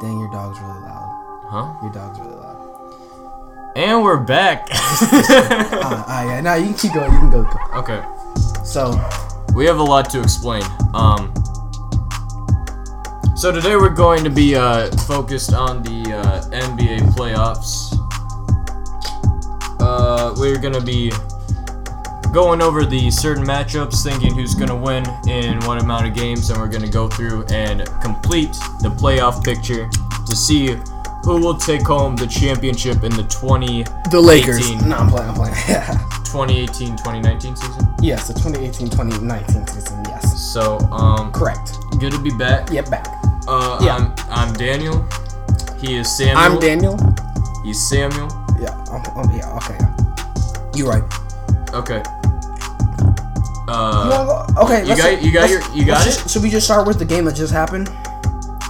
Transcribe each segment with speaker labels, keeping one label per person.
Speaker 1: Dang, your dog's really loud.
Speaker 2: Huh?
Speaker 1: Your dog's really loud.
Speaker 2: And we're back.
Speaker 1: Ah, ah, yeah. Nah, you can keep going. You can go. go.
Speaker 2: okay.
Speaker 1: So,
Speaker 2: We have a lot to explain. Um So today we're going to be uh focused on the uh NBA playoffs. Uh we're going to be going over the certain matchups, thinking who's going to win in what amount of games and we're going to go through and complete the playoff picture to see who will take home the championship in the 20
Speaker 1: the Lakers.
Speaker 2: 18.
Speaker 1: No, I'm playing. I'm playing. Yeah.
Speaker 2: 2018-2019 season.
Speaker 1: Yes, the 2018-2019 season. Yes.
Speaker 2: So, um
Speaker 1: Correct.
Speaker 2: good to be back.
Speaker 1: Yep. Back.
Speaker 2: Uh,
Speaker 1: Yeah.
Speaker 2: I'm, I'm Daniel. He is Samuel.
Speaker 1: I'm Daniel.
Speaker 2: He's Samuel.
Speaker 1: Yeah. I'm, I'm, yeah. Okay. Yeah. You're right.
Speaker 2: Okay.
Speaker 1: You
Speaker 2: Uh,
Speaker 1: wanna go? Okay.
Speaker 2: you
Speaker 1: let's-
Speaker 2: got- you got
Speaker 1: let's-
Speaker 2: your- you got
Speaker 1: let's just- should we just start with the game that just happened,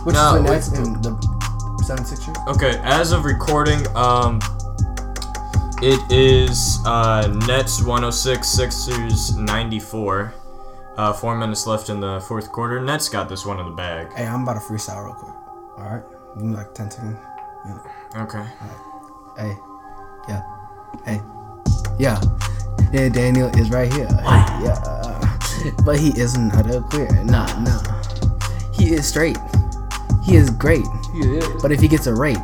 Speaker 1: which
Speaker 2: No,
Speaker 1: is
Speaker 2: wait.
Speaker 1: the Nets and the 76ers?
Speaker 2: okay. As of recording, um, it is uh, Nets 106, Sixers 94. Uh, four minutes left in the fourth quarter. Nets got this one in the bag.
Speaker 1: Hey, I'm about to freestyle real quick. All right. Give me like 10 seconds. Yeah.
Speaker 2: Okay.
Speaker 1: Hey. Yeah. Hey. Yeah. Yeah, Daniel is right here. Yeah. But he is not a queer. Nah, nah. He is straight. He is great. But if he gets a rate,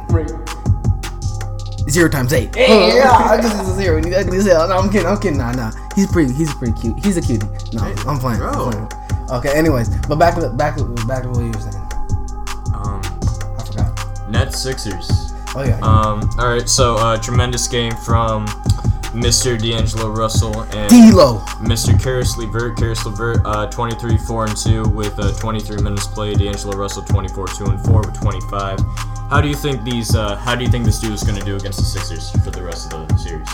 Speaker 1: zero times eight. Hey, yeah, I guess it's a zero. He's ugly as hell. No, I'm kidding. I'm kidding. Nah, nah. He's pretty. He's pretty cute. He's a cutie. No, I'm playing. I'm
Speaker 2: bro.
Speaker 1: playing. Okay. Anyways, but back to back to back to what you were saying.
Speaker 2: Um,
Speaker 1: I forgot.
Speaker 2: Nets Sixers.
Speaker 1: Oh yeah.
Speaker 2: Um, all right. So uh, tremendous game from Mr. D'Angelo Russell and.
Speaker 1: D-Lo.
Speaker 2: Mr. Karis Levert, Karis Levert, uh, 23, 4 and 2 with uh, 23 minutes played. D'Angelo Russell, 24, 2 and 4 with 25. How do you think these? Uh, how do you think this dude is going to do against the Sixers for the rest of the series?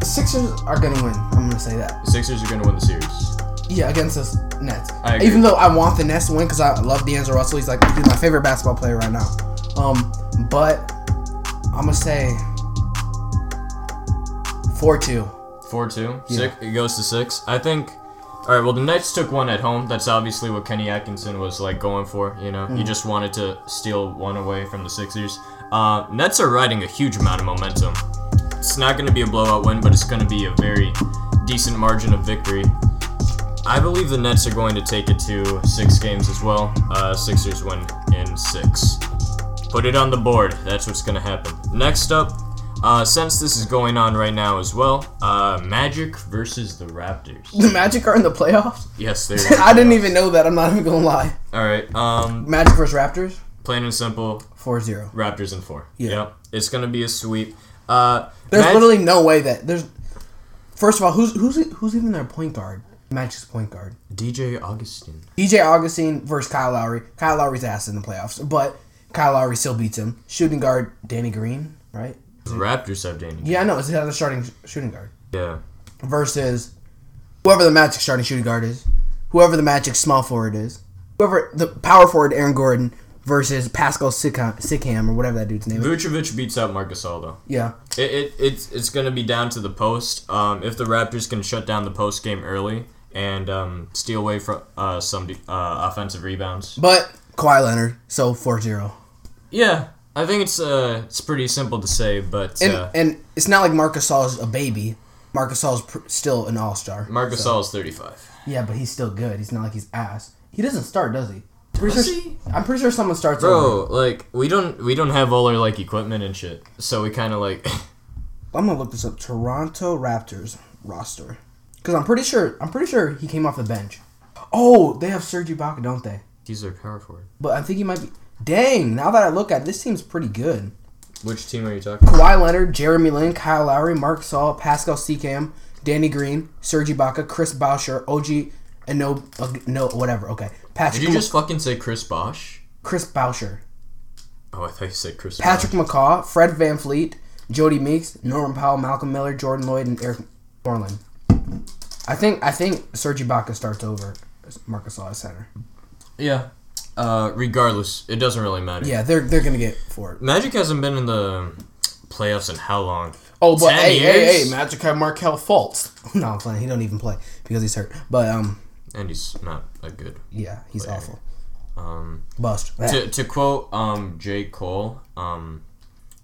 Speaker 1: The Sixers are gonna win. I'm gonna say that.
Speaker 2: The Sixers are going to win the series.
Speaker 1: Yeah, against the Nets.
Speaker 2: I agree.
Speaker 1: Even though I want the Nets to win because I love D'Angelo Russell, he's like he's my favorite basketball player right now. Um, but I'm gonna say four two.
Speaker 2: Four two.
Speaker 1: Yeah.
Speaker 2: Six. It goes to six. I think. All right. Well, the Nets took one at home. That's obviously what Kenny Atkinson was like going for. You know, he just wanted to steal one away from the Sixers. Uh, Nets are riding a huge amount of momentum. It's not going to be a blowout win, but it's going to be a very decent margin of victory. I believe the Nets are going to take it to six games as well. Uh, Sixers win in six. Put it on the board. That's what's going to happen. Next up, uh, since this is going on right now as well, uh, Magic versus the Raptors.
Speaker 1: The Magic are in the playoffs.
Speaker 2: Yes, they.
Speaker 1: I didn't even know that. I'm not even gonna lie.
Speaker 2: All right. Um,
Speaker 1: Magic versus Raptors,
Speaker 2: plain and simple,
Speaker 1: 4-0.
Speaker 2: Raptors in four.
Speaker 1: Yeah.
Speaker 2: Yep. It's gonna be a sweep. Uh,
Speaker 1: There's
Speaker 2: Mag-
Speaker 1: literally no way that there's. First of all, who's who's who's even their point guard? Magic's point guard.
Speaker 2: DJ Augustine.
Speaker 1: DJ Augustine versus Kyle Lowry. Kyle Lowry's ass in the playoffs, but Kyle Lowry still beats him. Shooting guard Danny Green, right?
Speaker 2: The Raptors have Danny.
Speaker 1: Yeah, I know. It's the other starting sh- shooting guard
Speaker 2: Yeah.
Speaker 1: versus whoever the Magic starting shooting guard is, whoever the Magic small forward is, whoever the power forward Aaron Gordon versus Pascal Sickam, Sickham or whatever that dude's name is.
Speaker 2: Vucevic beats out Marcus Aldo.
Speaker 1: Yeah,
Speaker 2: It, it it's it's gonna be down to the post. Um, if the Raptors can shut down the post game early and um, steal away from uh, some de- uh, offensive rebounds.
Speaker 1: but Kawhi Leonard, so 4-0.
Speaker 2: Yeah, I think it's uh it's pretty simple to say, but
Speaker 1: And,
Speaker 2: uh,
Speaker 1: and it's not like Marcus Gasol is a baby. Marcus Gasol is pr- still an all star.
Speaker 2: Marcus Gasol is thirty five.
Speaker 1: Yeah, but he's still good. He's not like he's ass. He doesn't start, does he? Pretty
Speaker 2: Does
Speaker 1: sure-
Speaker 2: he?
Speaker 1: I'm pretty sure someone starts. over.
Speaker 2: Bro, like we don't we don't have all our like equipment and shit, so we kind of like
Speaker 1: I'm gonna look this up. Toronto Raptors roster, because I'm pretty sure I'm pretty sure he came off the bench. Oh, they have Serge Ibaka, don't they?
Speaker 2: he's their power forward.
Speaker 1: But I think he might be. Dang! Now that I look at it, this team's pretty good.
Speaker 2: Which team are you talking?
Speaker 1: Kawhi Leonard, Jeremy Lin, Kyle Lowry, Mark Saul, Pascal Siakam, Danny Green, Serge Ibaka, Chris Boucher, OG, and no, uh, no, whatever. Okay,
Speaker 2: Did
Speaker 1: Patrick,
Speaker 2: you
Speaker 1: Ma-
Speaker 2: just fucking say Chris Bosch?
Speaker 1: Chris Boucher,
Speaker 2: Oh, I thought you said Chris.
Speaker 1: Patrick McCaw, Fred Van Fleet, Jody Meeks, Norman Powell, Malcolm Miller, Jordan Lloyd, and Eric Moreland. I think I think Serge Ibaka starts over Marcus Law center.
Speaker 2: Yeah. Uh, regardless, it doesn't really matter.
Speaker 1: Yeah, they're they're gonna get for it.
Speaker 2: Magic hasn't been in the playoffs in how long?
Speaker 1: Oh, but
Speaker 2: 10
Speaker 1: hey, hey,
Speaker 2: years?
Speaker 1: hey, Magic have Markel Fultz. no, I'm playing. He don't even play because he's hurt. But um,
Speaker 2: And he's not a good.
Speaker 1: yeah, he's awful.
Speaker 2: Um,
Speaker 1: Bust.
Speaker 2: to, to quote um, J. Cole, um,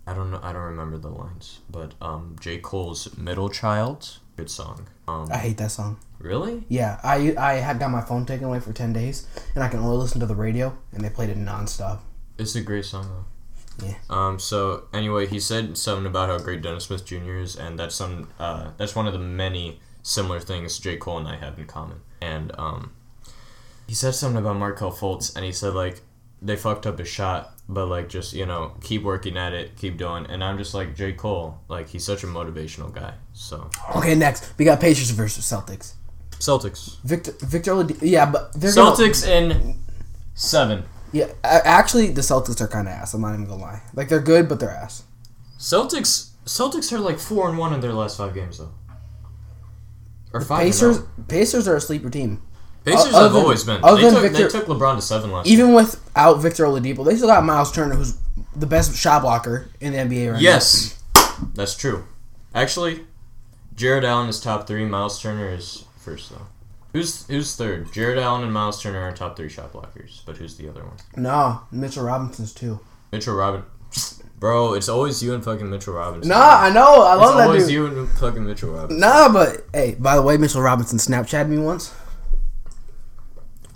Speaker 2: I don't know, I don't remember the lines, but um, J. Cole's "Middle Child" good song. Um,
Speaker 1: I hate that song.
Speaker 2: really?
Speaker 1: Yeah, I I had got my phone taken away for ten days, and I can only listen to the radio, and they played it nonstop.
Speaker 2: It's a great song though.
Speaker 1: Yeah.
Speaker 2: Um. So anyway, he said something about how great Dennis Smith Jr. is, and that's some. Uh, that's one of the many similar things J. Cole and I have in common. And um, he said something about Markel Fultz, and he said like they fucked up his shot, but like just you know keep working at it, keep doing. And I'm just like J. Cole, like he's such a motivational guy. So
Speaker 1: Okay, next we got Pacers versus Celtics.
Speaker 2: Celtics.
Speaker 1: Victor Victor Olad- Yeah, but they're gonna-
Speaker 2: Celtics in seven.
Speaker 1: yeah, a- actually, the Celtics are kind of ass. I'm not even gonna lie. Like they're good, but they're ass.
Speaker 2: Celtics. Celtics are like four and one in their last five games though. Or five. and
Speaker 1: Pacers
Speaker 2: oh.
Speaker 1: Pacers are a sleeper team.
Speaker 2: Pacers
Speaker 1: other
Speaker 2: have
Speaker 1: than-
Speaker 2: always been.
Speaker 1: other
Speaker 2: They
Speaker 1: than
Speaker 2: took, they
Speaker 1: Victor-
Speaker 2: took LeBron to seven last. year.
Speaker 1: Even without Victor Oladipo, they still got Miles Turner, who's the best shot blocker in the NBA right
Speaker 2: Yes, that's true. Actually, Jared Allen is top three. Miles Turner is first though. Who's who's third? Jared Allen and Miles Turner are top three shot blockers. But who's the other one?
Speaker 1: now. No, Mitchell Robinson's too.
Speaker 2: Mitchell Robin. Bro, it's always you and fucking Mitchell Robinson.
Speaker 1: Nah, I know. I
Speaker 2: it's
Speaker 1: love that
Speaker 2: always
Speaker 1: dude.
Speaker 2: you and fucking Mitchell Robinson.
Speaker 1: Nah, but hey, by the way, Mitchell Robinson Snapchatted me once.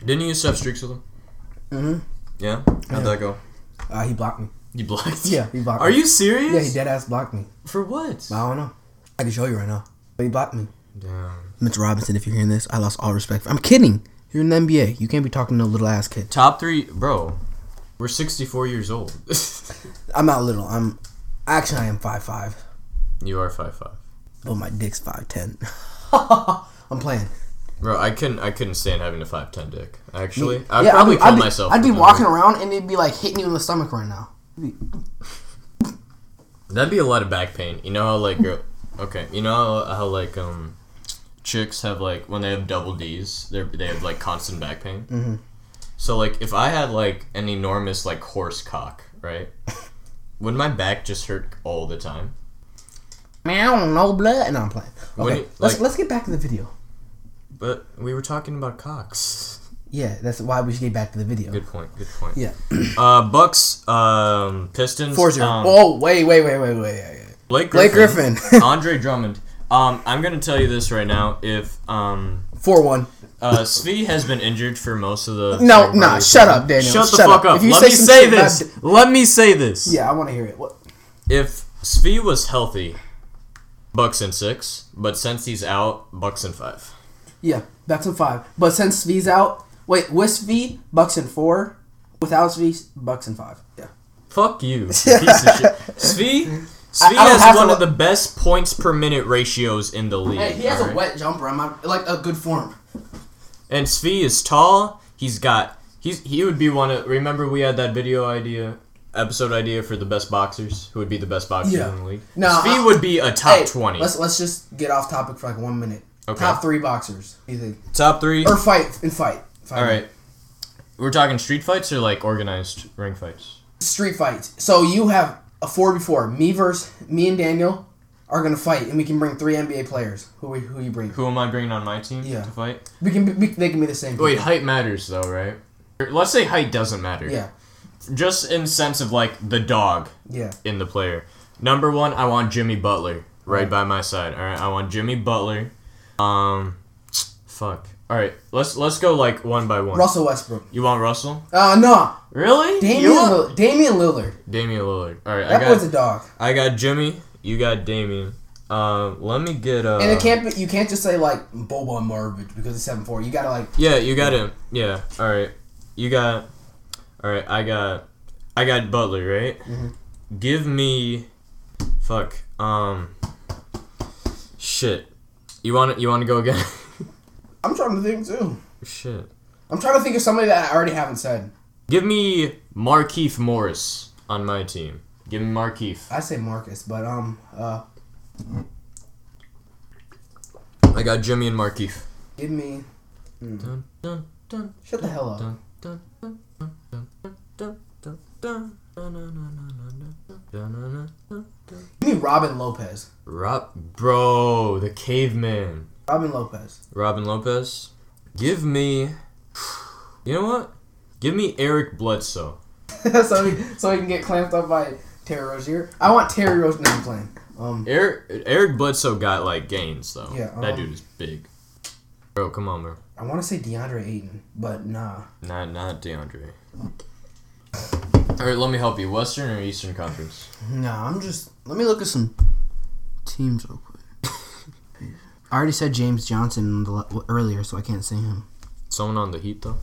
Speaker 2: Didn't you used to have streaks with him?
Speaker 1: Mhm.
Speaker 2: Yeah. How'd
Speaker 1: Yeah.
Speaker 2: that go?
Speaker 1: Uh, he blocked me.
Speaker 2: You blocked.
Speaker 1: Yeah, he blocked
Speaker 2: Are
Speaker 1: me.
Speaker 2: you serious?
Speaker 1: Yeah, he dead ass blocked me.
Speaker 2: For what?
Speaker 1: I don't know. I can show you right now. But he blocked me.
Speaker 2: Damn.
Speaker 1: Mitch Robinson, if you're hearing this, I lost all respect for I'm kidding. You're in the NBA. You can't be talking to a little ass kid.
Speaker 2: Top three, bro. We're 64 years old.
Speaker 1: I'm not little. I'm actually I am five five,
Speaker 2: you are five five.
Speaker 1: but my dick's five ten. I'm playing.
Speaker 2: Bro, I couldn't. I couldn't stand having a five ten dick. Actually, I'd
Speaker 1: Yeah, I'd be,
Speaker 2: probably kill
Speaker 1: I'd be-
Speaker 2: myself.
Speaker 1: I'd be
Speaker 2: with
Speaker 1: walking around and it'd be like hitting you in the stomach right now.
Speaker 2: that. That'd be a lot of back pain. You know how like, girl, okay, you know how, how like um, chicks have like when they have double D's, they they have like constant back pain. Mm-hmm. So like, if I had like an enormous like horse cock, right, would my back just hurt all the time?
Speaker 1: Meow, no blood, and I'm playing.
Speaker 2: When
Speaker 1: Okay,
Speaker 2: you-
Speaker 1: let's
Speaker 2: like-
Speaker 1: let's get back to the video.
Speaker 2: But we were talking about cocks.
Speaker 1: Yeah, that's why we should get back to the video.
Speaker 2: Good point. Good point.
Speaker 1: Yeah,
Speaker 2: Uh, Bucks, um, Pistons.
Speaker 1: four zero.
Speaker 2: um,
Speaker 1: oh wait, wait, wait, wait, wait, wait. wait.
Speaker 2: Blake
Speaker 1: Blake
Speaker 2: Griffin.
Speaker 1: Griffin.
Speaker 2: Andre Drummond. Um, I'm gonna tell you this right now. If um,
Speaker 1: Four one.
Speaker 2: uh, Svi has been injured for most of the
Speaker 1: No,
Speaker 2: regular
Speaker 1: nah,
Speaker 2: season.
Speaker 1: shut up, Daniel,
Speaker 2: Shut the
Speaker 1: shut up.
Speaker 2: fuck up.
Speaker 1: If you
Speaker 2: Let
Speaker 1: say
Speaker 2: me
Speaker 1: some
Speaker 2: say
Speaker 1: shit about
Speaker 2: this. Let me say this.
Speaker 1: Yeah, I want to hear it. What?
Speaker 2: If Svi was healthy, Bucks in six. But since he's out, Bucks in five.
Speaker 1: Yeah, Bucks in five. But since V's out, wait, with V, Bucks in four. Without V, Bucks in five. Yeah.
Speaker 2: Fuck you, you piece of shit. Svi. Svi
Speaker 1: I don't have
Speaker 2: has
Speaker 1: to
Speaker 2: one
Speaker 1: lo-
Speaker 2: of the best points per minute ratios in the league.
Speaker 1: Hey, he has
Speaker 2: alright?
Speaker 1: a wet jumper. I'm not- like a good form.
Speaker 2: And Svi is tall. He's got he's he would be one of remember we had that video idea episode idea for the best boxers who would be the best boxers
Speaker 1: Yeah.
Speaker 2: in the league.
Speaker 1: No,
Speaker 2: Svi
Speaker 1: I-
Speaker 2: would be a top
Speaker 1: Hey,
Speaker 2: twenty.
Speaker 1: Let's let's just get off topic for like one minute.
Speaker 2: Okay.
Speaker 1: Top three boxers. You think?
Speaker 2: Top three.
Speaker 1: Or fight and fight. fight.
Speaker 2: All right. We're talking street fights or like organized ring fights.
Speaker 1: Street fights. So you have a four before me versus me and Daniel are gonna fight, and we can bring three NBA players. Who we, who you bring?
Speaker 2: Who am I bringing on my team
Speaker 1: Yeah.
Speaker 2: to fight?
Speaker 1: We can be, we, they can be the same.
Speaker 2: Wait,
Speaker 1: people.
Speaker 2: height matters though, right? Or Let's say height doesn't matter.
Speaker 1: Yeah.
Speaker 2: Just in sense of like the dog
Speaker 1: Yeah.
Speaker 2: in the player. Number one, I want Jimmy Butler right by my side. All right, I want Jimmy Butler. Um, fuck. All right, let's let's go like one by one.
Speaker 1: Russell Westbrook.
Speaker 2: You want Russell?
Speaker 1: Uh no.
Speaker 2: Really?
Speaker 1: Damian
Speaker 2: You want
Speaker 1: Lillard. Damian Lillard.
Speaker 2: Damian Lillard? All right, I
Speaker 1: That boy's a
Speaker 2: got
Speaker 1: dog.
Speaker 2: I got Jimmy. You got Damian. Um, let me get uh.
Speaker 1: And it can't be, you can't just say like Boban Marvin because it's seven four. You gotta like
Speaker 2: Yeah, you got him. Yeah. All right. You got. All right. I got. I got Butler. Right. Give me. Fuck. Um. Shit. You want You want to go again?
Speaker 1: I'm trying to think too.
Speaker 2: shit.
Speaker 1: I'm trying to think of somebody that I already haven't said.
Speaker 2: Give me Markeith Morris on my team. Give me Markeith.
Speaker 1: I say Marcus, but um uh
Speaker 2: I got Jimmy and Markeith.
Speaker 1: give me Mm-hmm.
Speaker 2: Dun, dun, dun,
Speaker 1: shut the hell up.
Speaker 2: dun, dun, dun, dun, dun, dun, dun, dun, dun, dun, dun, dun, dun, dun, dun, dun, dun.
Speaker 1: Give me Robin Lopez.
Speaker 2: Rob, bro, the caveman.
Speaker 1: Robin Lopez.
Speaker 2: Robin Lopez. Give me. You know what? Give me Eric Bledsoe.
Speaker 1: so he, so he can get clamped up by Terry Rozier. I want Terry Rozier. No, I'm playing. Um,
Speaker 2: Eric Eric Bledsoe got like gains though.
Speaker 1: Yeah,
Speaker 2: that
Speaker 1: um,
Speaker 2: dude is big. Bro, come on, bro.
Speaker 1: I want to say DeAndre Ayton, but nah.
Speaker 2: Not not DeAndre. All right, let me help you. Western or Eastern Conference?
Speaker 1: Nah, I'm just. Let me look at some teams real quick. I already said James Johnson in the le- earlier, so I can't say him.
Speaker 2: Someone on the Heat though.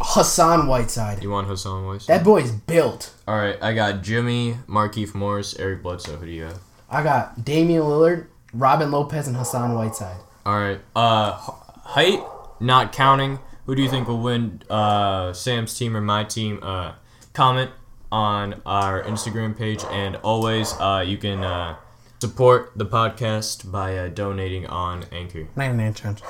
Speaker 1: Hassan Whiteside.
Speaker 2: You want Hassan Weiss?
Speaker 1: That boy's built.
Speaker 2: All right, I got Jimmy, Markeith Morris, Eric Bledsoe. Who do you have?
Speaker 1: I got Damian Lillard, Robin Lopez, and Hassan Whiteside.
Speaker 2: All right, uh, h- height not counting. Who do you think will win? Uh, Sam's team or my team? Uh, comment on our Instagram page, and always uh, you can uh, support the podcast by uh, donating on Anchor.
Speaker 1: 99 chance.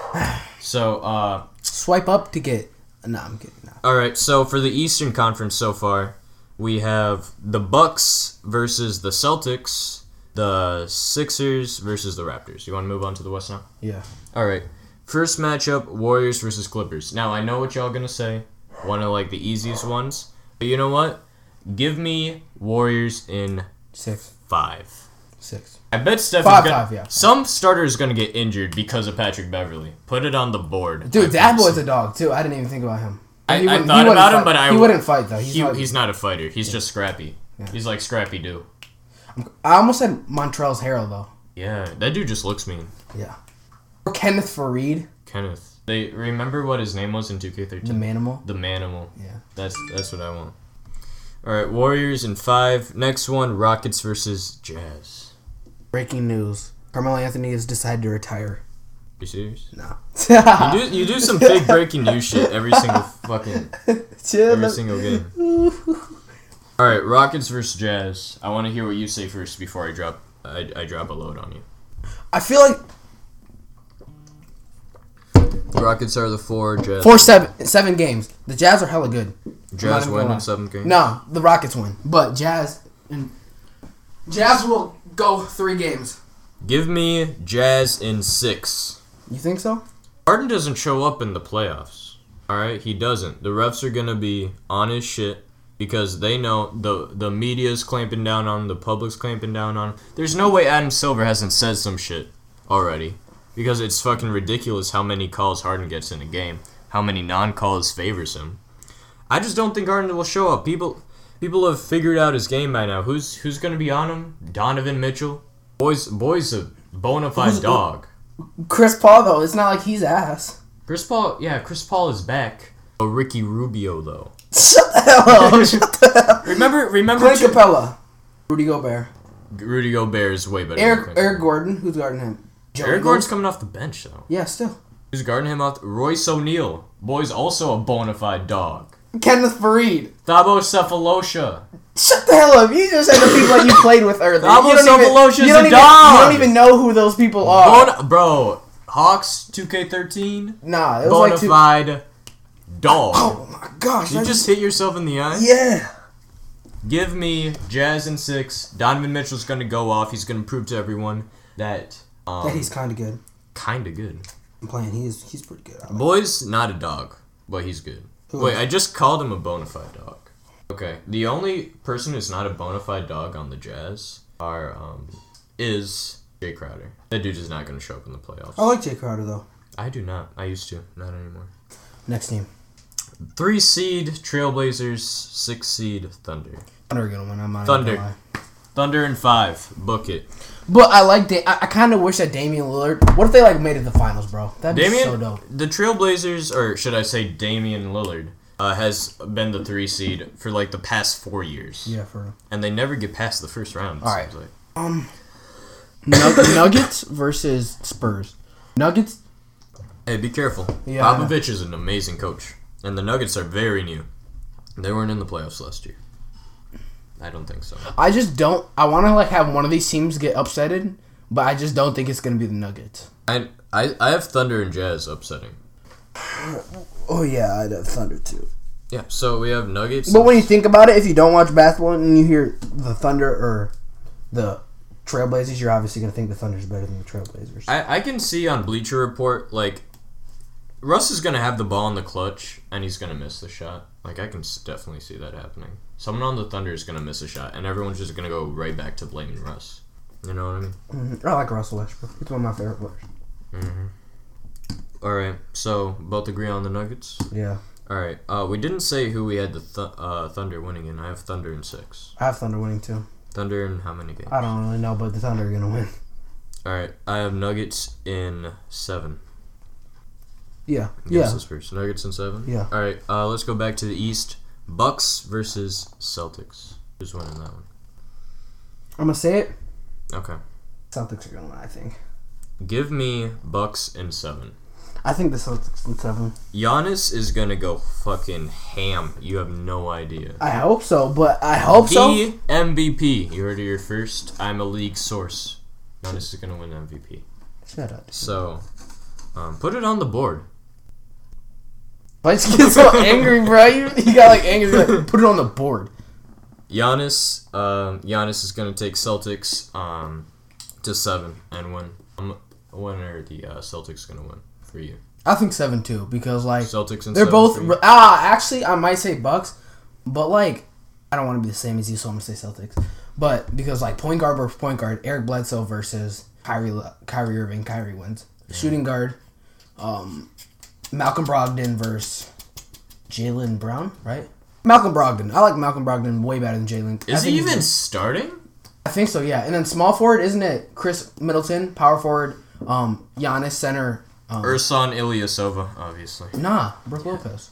Speaker 2: So. Uh,
Speaker 1: Swipe up to get. Nah, I'm kidding. Nah.
Speaker 2: All right, so for the Eastern Conference so far, we have the Bucks versus the Celtics, the Sixers versus the Raptors. You want to move on to the West now?
Speaker 1: Yeah.
Speaker 2: All right. First matchup: Warriors versus Clippers. Now I know what y'all gonna say. One of like the easiest ones, but you know what? Give me Warriors in
Speaker 1: Six.
Speaker 2: five.
Speaker 1: Six.
Speaker 2: I bet Steph.
Speaker 1: Five,
Speaker 2: gonna,
Speaker 1: five, yeah.
Speaker 2: Some starter is gonna get injured because of Patrick Beverly. Put it on the board,
Speaker 1: Dude,
Speaker 2: I
Speaker 1: that
Speaker 2: think so.
Speaker 1: boy's a dog, too. I didn't even think about him.
Speaker 2: I,
Speaker 1: He
Speaker 2: I
Speaker 1: wouldn't- he
Speaker 2: thought
Speaker 1: wouldn't
Speaker 2: about him,
Speaker 1: fight-
Speaker 2: but I
Speaker 1: He wouldn't fight, though. He's
Speaker 2: he,
Speaker 1: not-
Speaker 2: he's not a fighter. He's just scrappy. He's like scrappy dude.
Speaker 1: I almost said Montrell's Harrell, though.
Speaker 2: Yeah, that dude just looks mean.
Speaker 1: Yeah. Or Kenneth Fareed,
Speaker 2: Kenneth. They remember what his name was in 2K13.
Speaker 1: the manimal.
Speaker 2: The manimal.
Speaker 1: Mm. Yeah.
Speaker 2: That's that's what I want. All right, Warriors in five. Next one, Rockets versus Jazz.
Speaker 1: Breaking news. Carmelo Anthony has decided to retire.
Speaker 2: You serious?
Speaker 1: No.
Speaker 2: You do, you do some big breaking news shit every single fucking every single game. All right, Rockets versus Jazz. I want to hear what you say first before I drop I, I drop a load on you.
Speaker 1: I feel like
Speaker 2: Rockets are the four. Jazz.
Speaker 1: four seven seven games. The Jazz are hella good. not
Speaker 2: Jazz
Speaker 1: even
Speaker 2: win
Speaker 1: gonna
Speaker 2: in
Speaker 1: lie.
Speaker 2: seventh game.
Speaker 1: No, the Rockets win. But Jazz and Jazz will go three games.
Speaker 2: Give me Jazz in six.
Speaker 1: You think so?
Speaker 2: Harden doesn't show up in the playoffs. All right, he doesn't. The refs are gonna be on his shit because they know the the media's clamping down on, him, the public's clamping down on. him. There's no way Adam Silver hasn't said some shit already because it's fucking ridiculous how many calls Harden gets in a game, how many non-calls favors him. I just don't think Harden will show up. People people have figured out his game by now. Who's who's gonna be on him? Donovan Mitchell. Boys boys a bona fide dog.
Speaker 1: Chris Paul though, it's not like he's ass.
Speaker 2: Chris Paul, yeah, Chris Paul is back. Oh, Ricky Rubio though. Oh,
Speaker 1: Shut the hell up. Shut the hell up.
Speaker 2: Remember, remember
Speaker 1: Clint Capella, Rudy Gobert,
Speaker 2: Rudy Gobert is way better. than
Speaker 1: Eric
Speaker 2: Clint.
Speaker 1: Eric Gordon, who's guarding him? Joe
Speaker 2: Eric
Speaker 1: Ingles?
Speaker 2: Gordon's coming off the bench though.
Speaker 1: Yeah, still.
Speaker 2: Who's guarding him off? Royce O'Neal, boy's also a bona fide dog.
Speaker 1: Kenneth Fareed.
Speaker 2: Thabo Cephalosha.
Speaker 1: Shut the hell up! You just said the people that you played with earlier.
Speaker 2: Pablo
Speaker 1: you don't, even,
Speaker 2: Sopolosh's
Speaker 1: you, don't
Speaker 2: a
Speaker 1: even,
Speaker 2: dog.
Speaker 1: you don't even know who those people are.
Speaker 2: Bona- bro, Hawks 2K13,
Speaker 1: nah, it was
Speaker 2: bona
Speaker 1: like two.
Speaker 2: fide dog.
Speaker 1: Oh my gosh!
Speaker 2: You
Speaker 1: I
Speaker 2: just hit yourself in the eye.
Speaker 1: yeah.
Speaker 2: Give me Jazz and six. Donovan Mitchell's gonna go off. He's gonna prove to everyone that
Speaker 1: That
Speaker 2: um,
Speaker 1: he's kind of good.
Speaker 2: kinda good.
Speaker 1: I'm playing. He's he's pretty good. I like-
Speaker 2: Boy's not a dog, but he's good.
Speaker 1: Who
Speaker 2: Wait,
Speaker 1: is-
Speaker 2: I just called him a bona fide dog. Okay, the only person who's not a bona fide dog on the Jazz are um is Jay Crowder. That dude is not going to show up in the playoffs.
Speaker 1: I like Jay Crowder though.
Speaker 2: I do not. I used to, not anymore.
Speaker 1: Next team.
Speaker 2: Three seed Trailblazers, six seed Thunder.
Speaker 1: Thunder are gonna win. I'm not even
Speaker 2: Thunder.
Speaker 1: gonna lie.
Speaker 2: Thunder and five. Book it.
Speaker 1: But I like. Da- I, I kind of wish that Damian Lillard. What if they like made it to the finals, bro? That'd
Speaker 2: Damian,
Speaker 1: be so dope.
Speaker 2: the Trailblazers, or should I say Damian Lillard, uh, has been the three seed for like the past four years,
Speaker 1: Yeah, for real.
Speaker 2: and they never get past the first round. All
Speaker 1: All
Speaker 2: right.
Speaker 1: right. um Nug- Nuggets versus Spurs. Nuggets.
Speaker 2: Hey, be careful.
Speaker 1: Yeah, I know.
Speaker 2: Popovich is an amazing coach, and the Nuggets are very new. They weren't in the playoffs last year. I don't think so.
Speaker 1: I just don't. I want to like have one of these teams get upsetted, but I just don't think it's gonna be the Nuggets.
Speaker 2: I I, I have Thunder and Jazz upsetting.
Speaker 1: Oh yeah, I'd have Thunder too.
Speaker 2: Yeah, so we have Nuggets.
Speaker 1: But when you think about it, if you don't watch basketball and you hear the Thunder or the Trailblazers, you're obviously gonna think the Thunder's better than the Trailblazers.
Speaker 2: I, I can see on Bleacher Report like Russ is gonna have the ball in the clutch, and he's gonna miss the shot. Like I can s- definitely see that happening. Someone on the Thunder is gonna miss a shot, and everyone's just gonna go right back to blaming Russ. You know what I mean?
Speaker 1: Mm-hmm. I like Russell Westbrook. He's one of my favorite players.
Speaker 2: All right. So both agree on the Nuggets.
Speaker 1: Yeah,
Speaker 2: All right. Uh, we didn't say who we had the th- uh, Thunder winning in. I have Thunder in six.
Speaker 1: I have Thunder winning too.
Speaker 2: Thunder in how many games?
Speaker 1: I don't really know, but the Thunder are gonna win.
Speaker 2: All right. I have Nuggets in seven.
Speaker 1: Yeah,
Speaker 2: Against
Speaker 1: yeah.
Speaker 2: the Spurs. Nuggets in seven.
Speaker 1: Yeah.
Speaker 2: All right. Uh, let's go back to the East. Bucks versus Celtics. Who's winning that one?
Speaker 1: I'm gonna say it.
Speaker 2: Okay.
Speaker 1: Celtics are gonna win. I think.
Speaker 2: Give me Bucks in seven.
Speaker 1: I think the Celtics in seven.
Speaker 2: Giannis is gonna go fucking ham. You have no idea.
Speaker 1: I hope so, but I hope so.
Speaker 2: The MVP. You heard it here first. I'm a league source. Giannis is gonna win MVP.
Speaker 1: Shut up.
Speaker 2: So, um, put it on the board.
Speaker 1: Why did you get so angry, bro? You, you got like angry. Like, put it on the board.
Speaker 2: Giannis, um, Giannis is gonna take Celtics um, to seven and win. Um, when are the uh, Celtics gonna win for you?
Speaker 1: I think seven two because like
Speaker 2: Celtics and
Speaker 1: they're
Speaker 2: seven
Speaker 1: both
Speaker 2: for you?
Speaker 1: re- ah. Actually, I might say Bucks, but like I don't want to be the same as you, so I'm gonna say Celtics. But because like point guard versus point guard, Eric Bledsoe versus Kyrie Lo- Kyrie Irving, Kyrie wins. Shooting guard, um, Malcolm Brogdon versus Jalen Brown, right? Malcolm Brogdon. I like Malcolm Brogdon way better than Jalen. I
Speaker 2: Is
Speaker 1: think
Speaker 2: he
Speaker 1: he's
Speaker 2: even
Speaker 1: the-
Speaker 2: starting?
Speaker 1: I think so, yeah. And then small forward, isn't it? Chris Middleton, power forward, um, Giannis, center. Um,
Speaker 2: Ursan Ilyasova, obviously.
Speaker 1: nah, Brooke Lopez.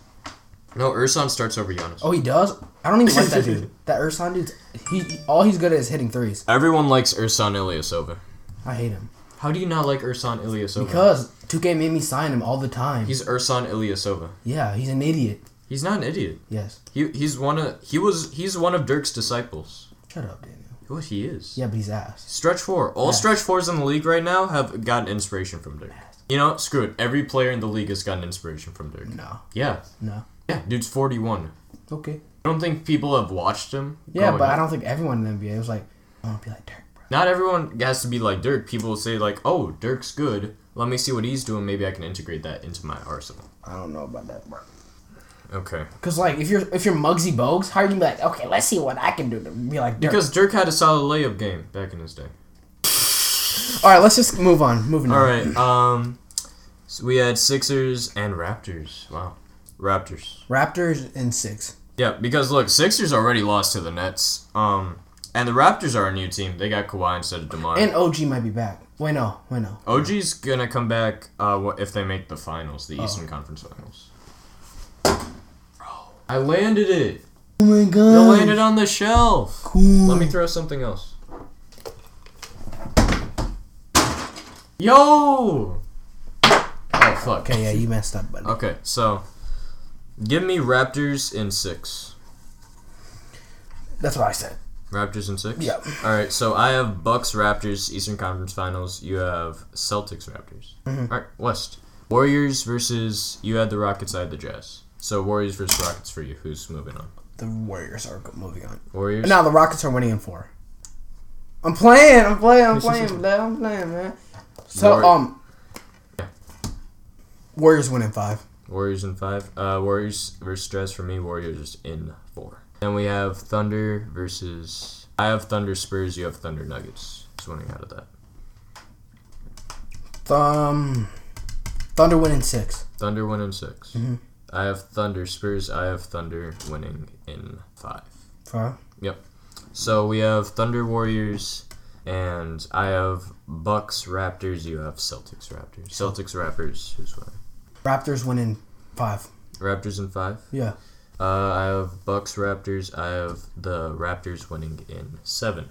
Speaker 2: No, Ursan starts over Giannis.
Speaker 1: Oh, he does. I don't even like that dude. That Ursan dude's he. All he's good at is hitting threes.
Speaker 2: Everyone likes Ursan Ilyasova.
Speaker 1: I hate him
Speaker 2: How do you not like Ursan Ilyasova?
Speaker 1: because 2K made me sign him all the time.
Speaker 2: he's Ursan Ilyasova.
Speaker 1: yeah, he's an idiot.
Speaker 2: He's not an idiot.
Speaker 1: Yes.
Speaker 2: He he's one of he was he's one of Dirk's disciples.
Speaker 1: Shut up, Daniel.
Speaker 2: What he is.
Speaker 1: Yeah, but he's ass.
Speaker 2: Stretch four. All stretch fours in the league right now have gotten inspiration from Dirk. You know, screw it. Every player in the league has gotten inspiration from Dirk.
Speaker 1: No,
Speaker 2: Yeah,
Speaker 1: no.
Speaker 2: yeah. Dude's forty one.
Speaker 1: Okay.
Speaker 2: I don't think people have watched him.
Speaker 1: Yeah,
Speaker 2: growing
Speaker 1: but I
Speaker 2: up.
Speaker 1: don't think everyone in the NBA was like, I want to be like Dirk, bro.
Speaker 2: Not everyone has to be like Dirk. People say like, "Oh, Dirk's good. Let me see what he's doing. Maybe I can integrate that into my arsenal."
Speaker 1: I don't know about that, bro.
Speaker 2: Okay.
Speaker 1: Cause like if you're if you're Muggsy Bogues, how are you gonna be like, okay, let's see what I can do to be like Dirk.
Speaker 2: Because Dirk had a solid layup game back in his day.
Speaker 1: All right, let's just move on. Moving on.
Speaker 2: All right. Um, so we had Sixers and Raptors. Wow, Raptors.
Speaker 1: Raptors in six.
Speaker 2: Yeah, because look, Sixers already lost to the Nets. Um, and the Raptors are a new team. They got Kawhi instead of DeMar.
Speaker 1: And OG might be back. Wait, no. Wait, no.
Speaker 2: OG's gonna come back uh, wh- if they make the finals,
Speaker 1: Oh.
Speaker 2: the Eastern Conference Finals. Bro, I landed it.
Speaker 1: Oh my
Speaker 2: I
Speaker 1: god.
Speaker 2: landed on the shelf.
Speaker 1: Cool.
Speaker 2: Let me throw something else. Yo. Oh fuck.
Speaker 1: Okay, yeah, you messed up, buddy.
Speaker 2: Okay, so give me Raptors in six.
Speaker 1: That's what I said.
Speaker 2: Raptors in six.
Speaker 1: Yeah.
Speaker 2: All right, so I have Bucks Raptors Eastern Conference Finals. You have Celtics Raptors. All right, West Warriors versus you had the Rockets. I had the Jazz. So Warriors versus Rockets for you. Who's moving on?
Speaker 1: The Warriors are moving on.
Speaker 2: Warriors.
Speaker 1: And now the Rockets are winning in four. I'm playing. I'm playing. I'm playing. man, I'm playing, man. So
Speaker 2: Warri-
Speaker 1: um, Warriors winning five.
Speaker 2: Warriors in five. Uh, Warriors versus Jazz for me. Warriors in four. Then we have Thunder versus. I have Thunder Spurs. You have Thunder Nuggets. Who's winning out of that?
Speaker 1: Um, Thunder winning six.
Speaker 2: Thunder win in 6 I have Thunder Spurs. I have Thunder winning in five.
Speaker 1: Five.
Speaker 2: Yep. So we have Thunder Warriors, and I have Bucks Raptors. You have Celtics Raptors. Celtics Raptors. Who's winning?
Speaker 1: Raptors winning five.
Speaker 2: Raptors in five.
Speaker 1: Yeah.
Speaker 2: Uh, I have Bucks Raptors. I have the Raptors winning in seven.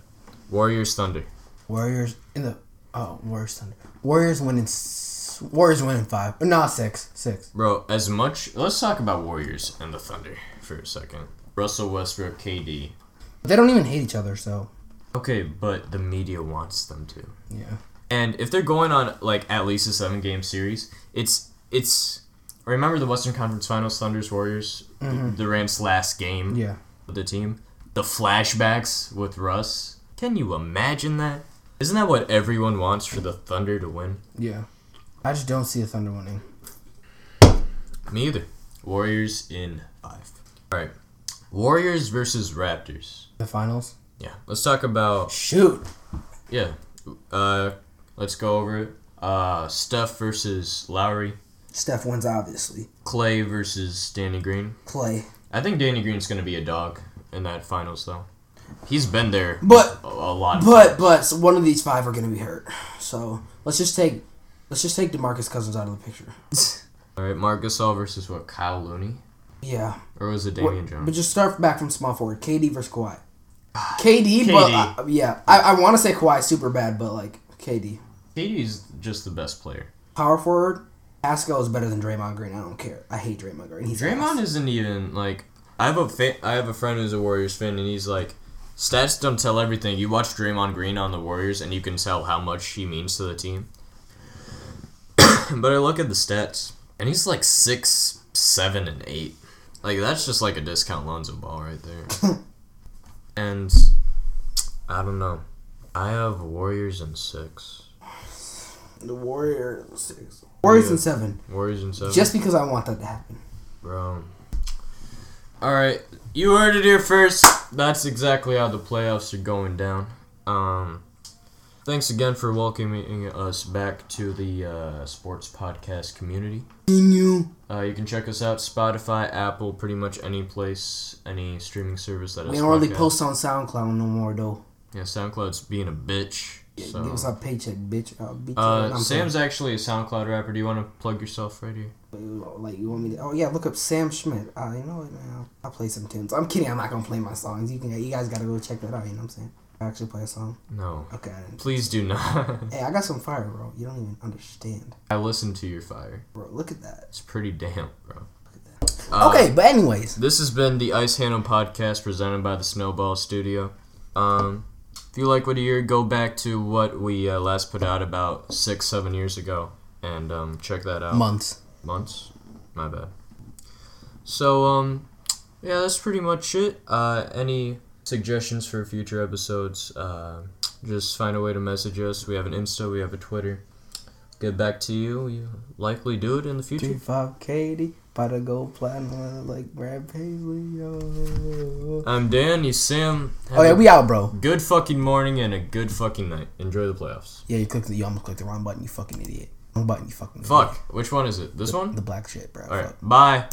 Speaker 2: Warriors Thunder.
Speaker 1: Warriors in the oh Warriors Thunder. Warriors winning. s- Warriors winning five. Not six. Six.
Speaker 2: Bro, as much let's talk about Warriors and the Thunder for a second. Russell Westbrook, KD.
Speaker 1: They don't even hate each other, so
Speaker 2: Okay, but the media wants them to.
Speaker 1: yeah.
Speaker 2: And if they're going on like at least a seven game series, it's it's remember the Western Conference Finals, Thunder's Warriors, the Durant's last game
Speaker 1: Yeah.
Speaker 2: with the team, the flashbacks with Russ. Can you imagine that? Isn't that what everyone wants for the Thunder to win?
Speaker 1: Yeah. I just don't see the Thunder winning.
Speaker 2: Me either. Warriors in five. All right. Warriors versus Raptors.
Speaker 1: The finals.
Speaker 2: Yeah. Let's talk about
Speaker 1: Shoot.
Speaker 2: yeah. Uh, let's go over it. Uh, Steph versus Lowry.
Speaker 1: Steph wins obviously.
Speaker 2: Clay versus Danny Green.
Speaker 1: Clay.
Speaker 2: I think Danny Green's gonna be a dog in that finals though. He's been there.
Speaker 1: But-
Speaker 2: a, a lot.
Speaker 1: But but so one of these five are gonna be hurt. So let's just take let's just take Demarcus Cousins out of the picture.
Speaker 2: All right. Marc Gasol versus what? Kyle Looney.
Speaker 1: yeah.
Speaker 2: Or was it Damian Jones?
Speaker 1: But just start back from small forward. KD versus Kawhi. KD, but
Speaker 2: KD.
Speaker 1: uh, yeah, I, I want to say Kawhi super bad, but like KD,
Speaker 2: Katie's just the best player.
Speaker 1: power forward. Pascal is better than Draymond Green. I don't care. I hate Draymond Green. He's
Speaker 2: Draymond
Speaker 1: ass.
Speaker 2: isn't even like I have a fa- I have a friend who's a Warriors fan and he's like stats don't tell everything. You watch Draymond Green on the Warriors and you can tell how much he means to the team. but I look at the stats and he's like six, seven, and eight. Like that's just like a discount Lonzo ball right there. and I don't know. I have Warriors in six.
Speaker 1: the Warriors. Six. Warriors
Speaker 2: Yeah.
Speaker 1: in seven.
Speaker 2: Warriors in seven.
Speaker 1: Just because I want that to happen.
Speaker 2: Bro. All right, you heard it here first. That's exactly how the playoffs are going down. Um, thanks again for welcoming us back to the uh, sports podcast community. Uh, you can check us out Spotify, Apple, pretty much any place, any streaming service that
Speaker 1: We
Speaker 2: has
Speaker 1: don't really
Speaker 2: podcast.
Speaker 1: post on SoundCloud no more though.
Speaker 2: Yeah, SoundCloud's being a bitch.
Speaker 1: Give us
Speaker 2: So.
Speaker 1: our paycheck, bitch. I'll beat you.
Speaker 2: Uh,
Speaker 1: I'm
Speaker 2: Sam's actually a SoundCloud rapper. Do you want to plug yourself right here?
Speaker 1: sorry. like you want me to? Oh yeah, look up Sam Schmidt. Uh, you know what? Man, I'll play some tunes. I'm kidding. I'm not gonna play my songs. You can. You guys gotta go check that out. You know what I'm saying? I actually play a song.
Speaker 2: No.
Speaker 1: Okay. I didn't.
Speaker 2: Please do not.
Speaker 1: Hey, I got some fire, bro. You don't even understand,
Speaker 2: I listened to your fire.
Speaker 1: bro. Look at that.
Speaker 2: It's pretty damn, bro. Oh. Uh,
Speaker 1: okay, but anyways,
Speaker 2: This has been the Ice Handle Podcast presented by the Snowball Studio. Um, if you like what you hear, go back to what we uh, last put out about six, seven years ago and um, check that out.
Speaker 1: months.
Speaker 2: Months? My bad. So, um, yeah, that's pretty much it. Uh, any suggestions for future episodes? Uh, just find a way to message us. We have an Insta, we have a Twitter. Get back to you. You likely do it in the future.
Speaker 1: Two five Katie, about to go platinum like Brad Paisley. Yo.
Speaker 2: I'm Dan. He's Sam. Have
Speaker 1: Oh
Speaker 2: a
Speaker 1: yeah, we out, bro.
Speaker 2: Good fucking morning and a good fucking night. Enjoy the playoffs.
Speaker 1: Yeah, you clicked. The, you almost clicked the wrong button. You fucking idiot. Wrong button. You fucking idiot.
Speaker 2: Fuck. Which one is it? This one?
Speaker 1: the black shit, bro.
Speaker 2: All
Speaker 1: Fuck.
Speaker 2: right. Bye.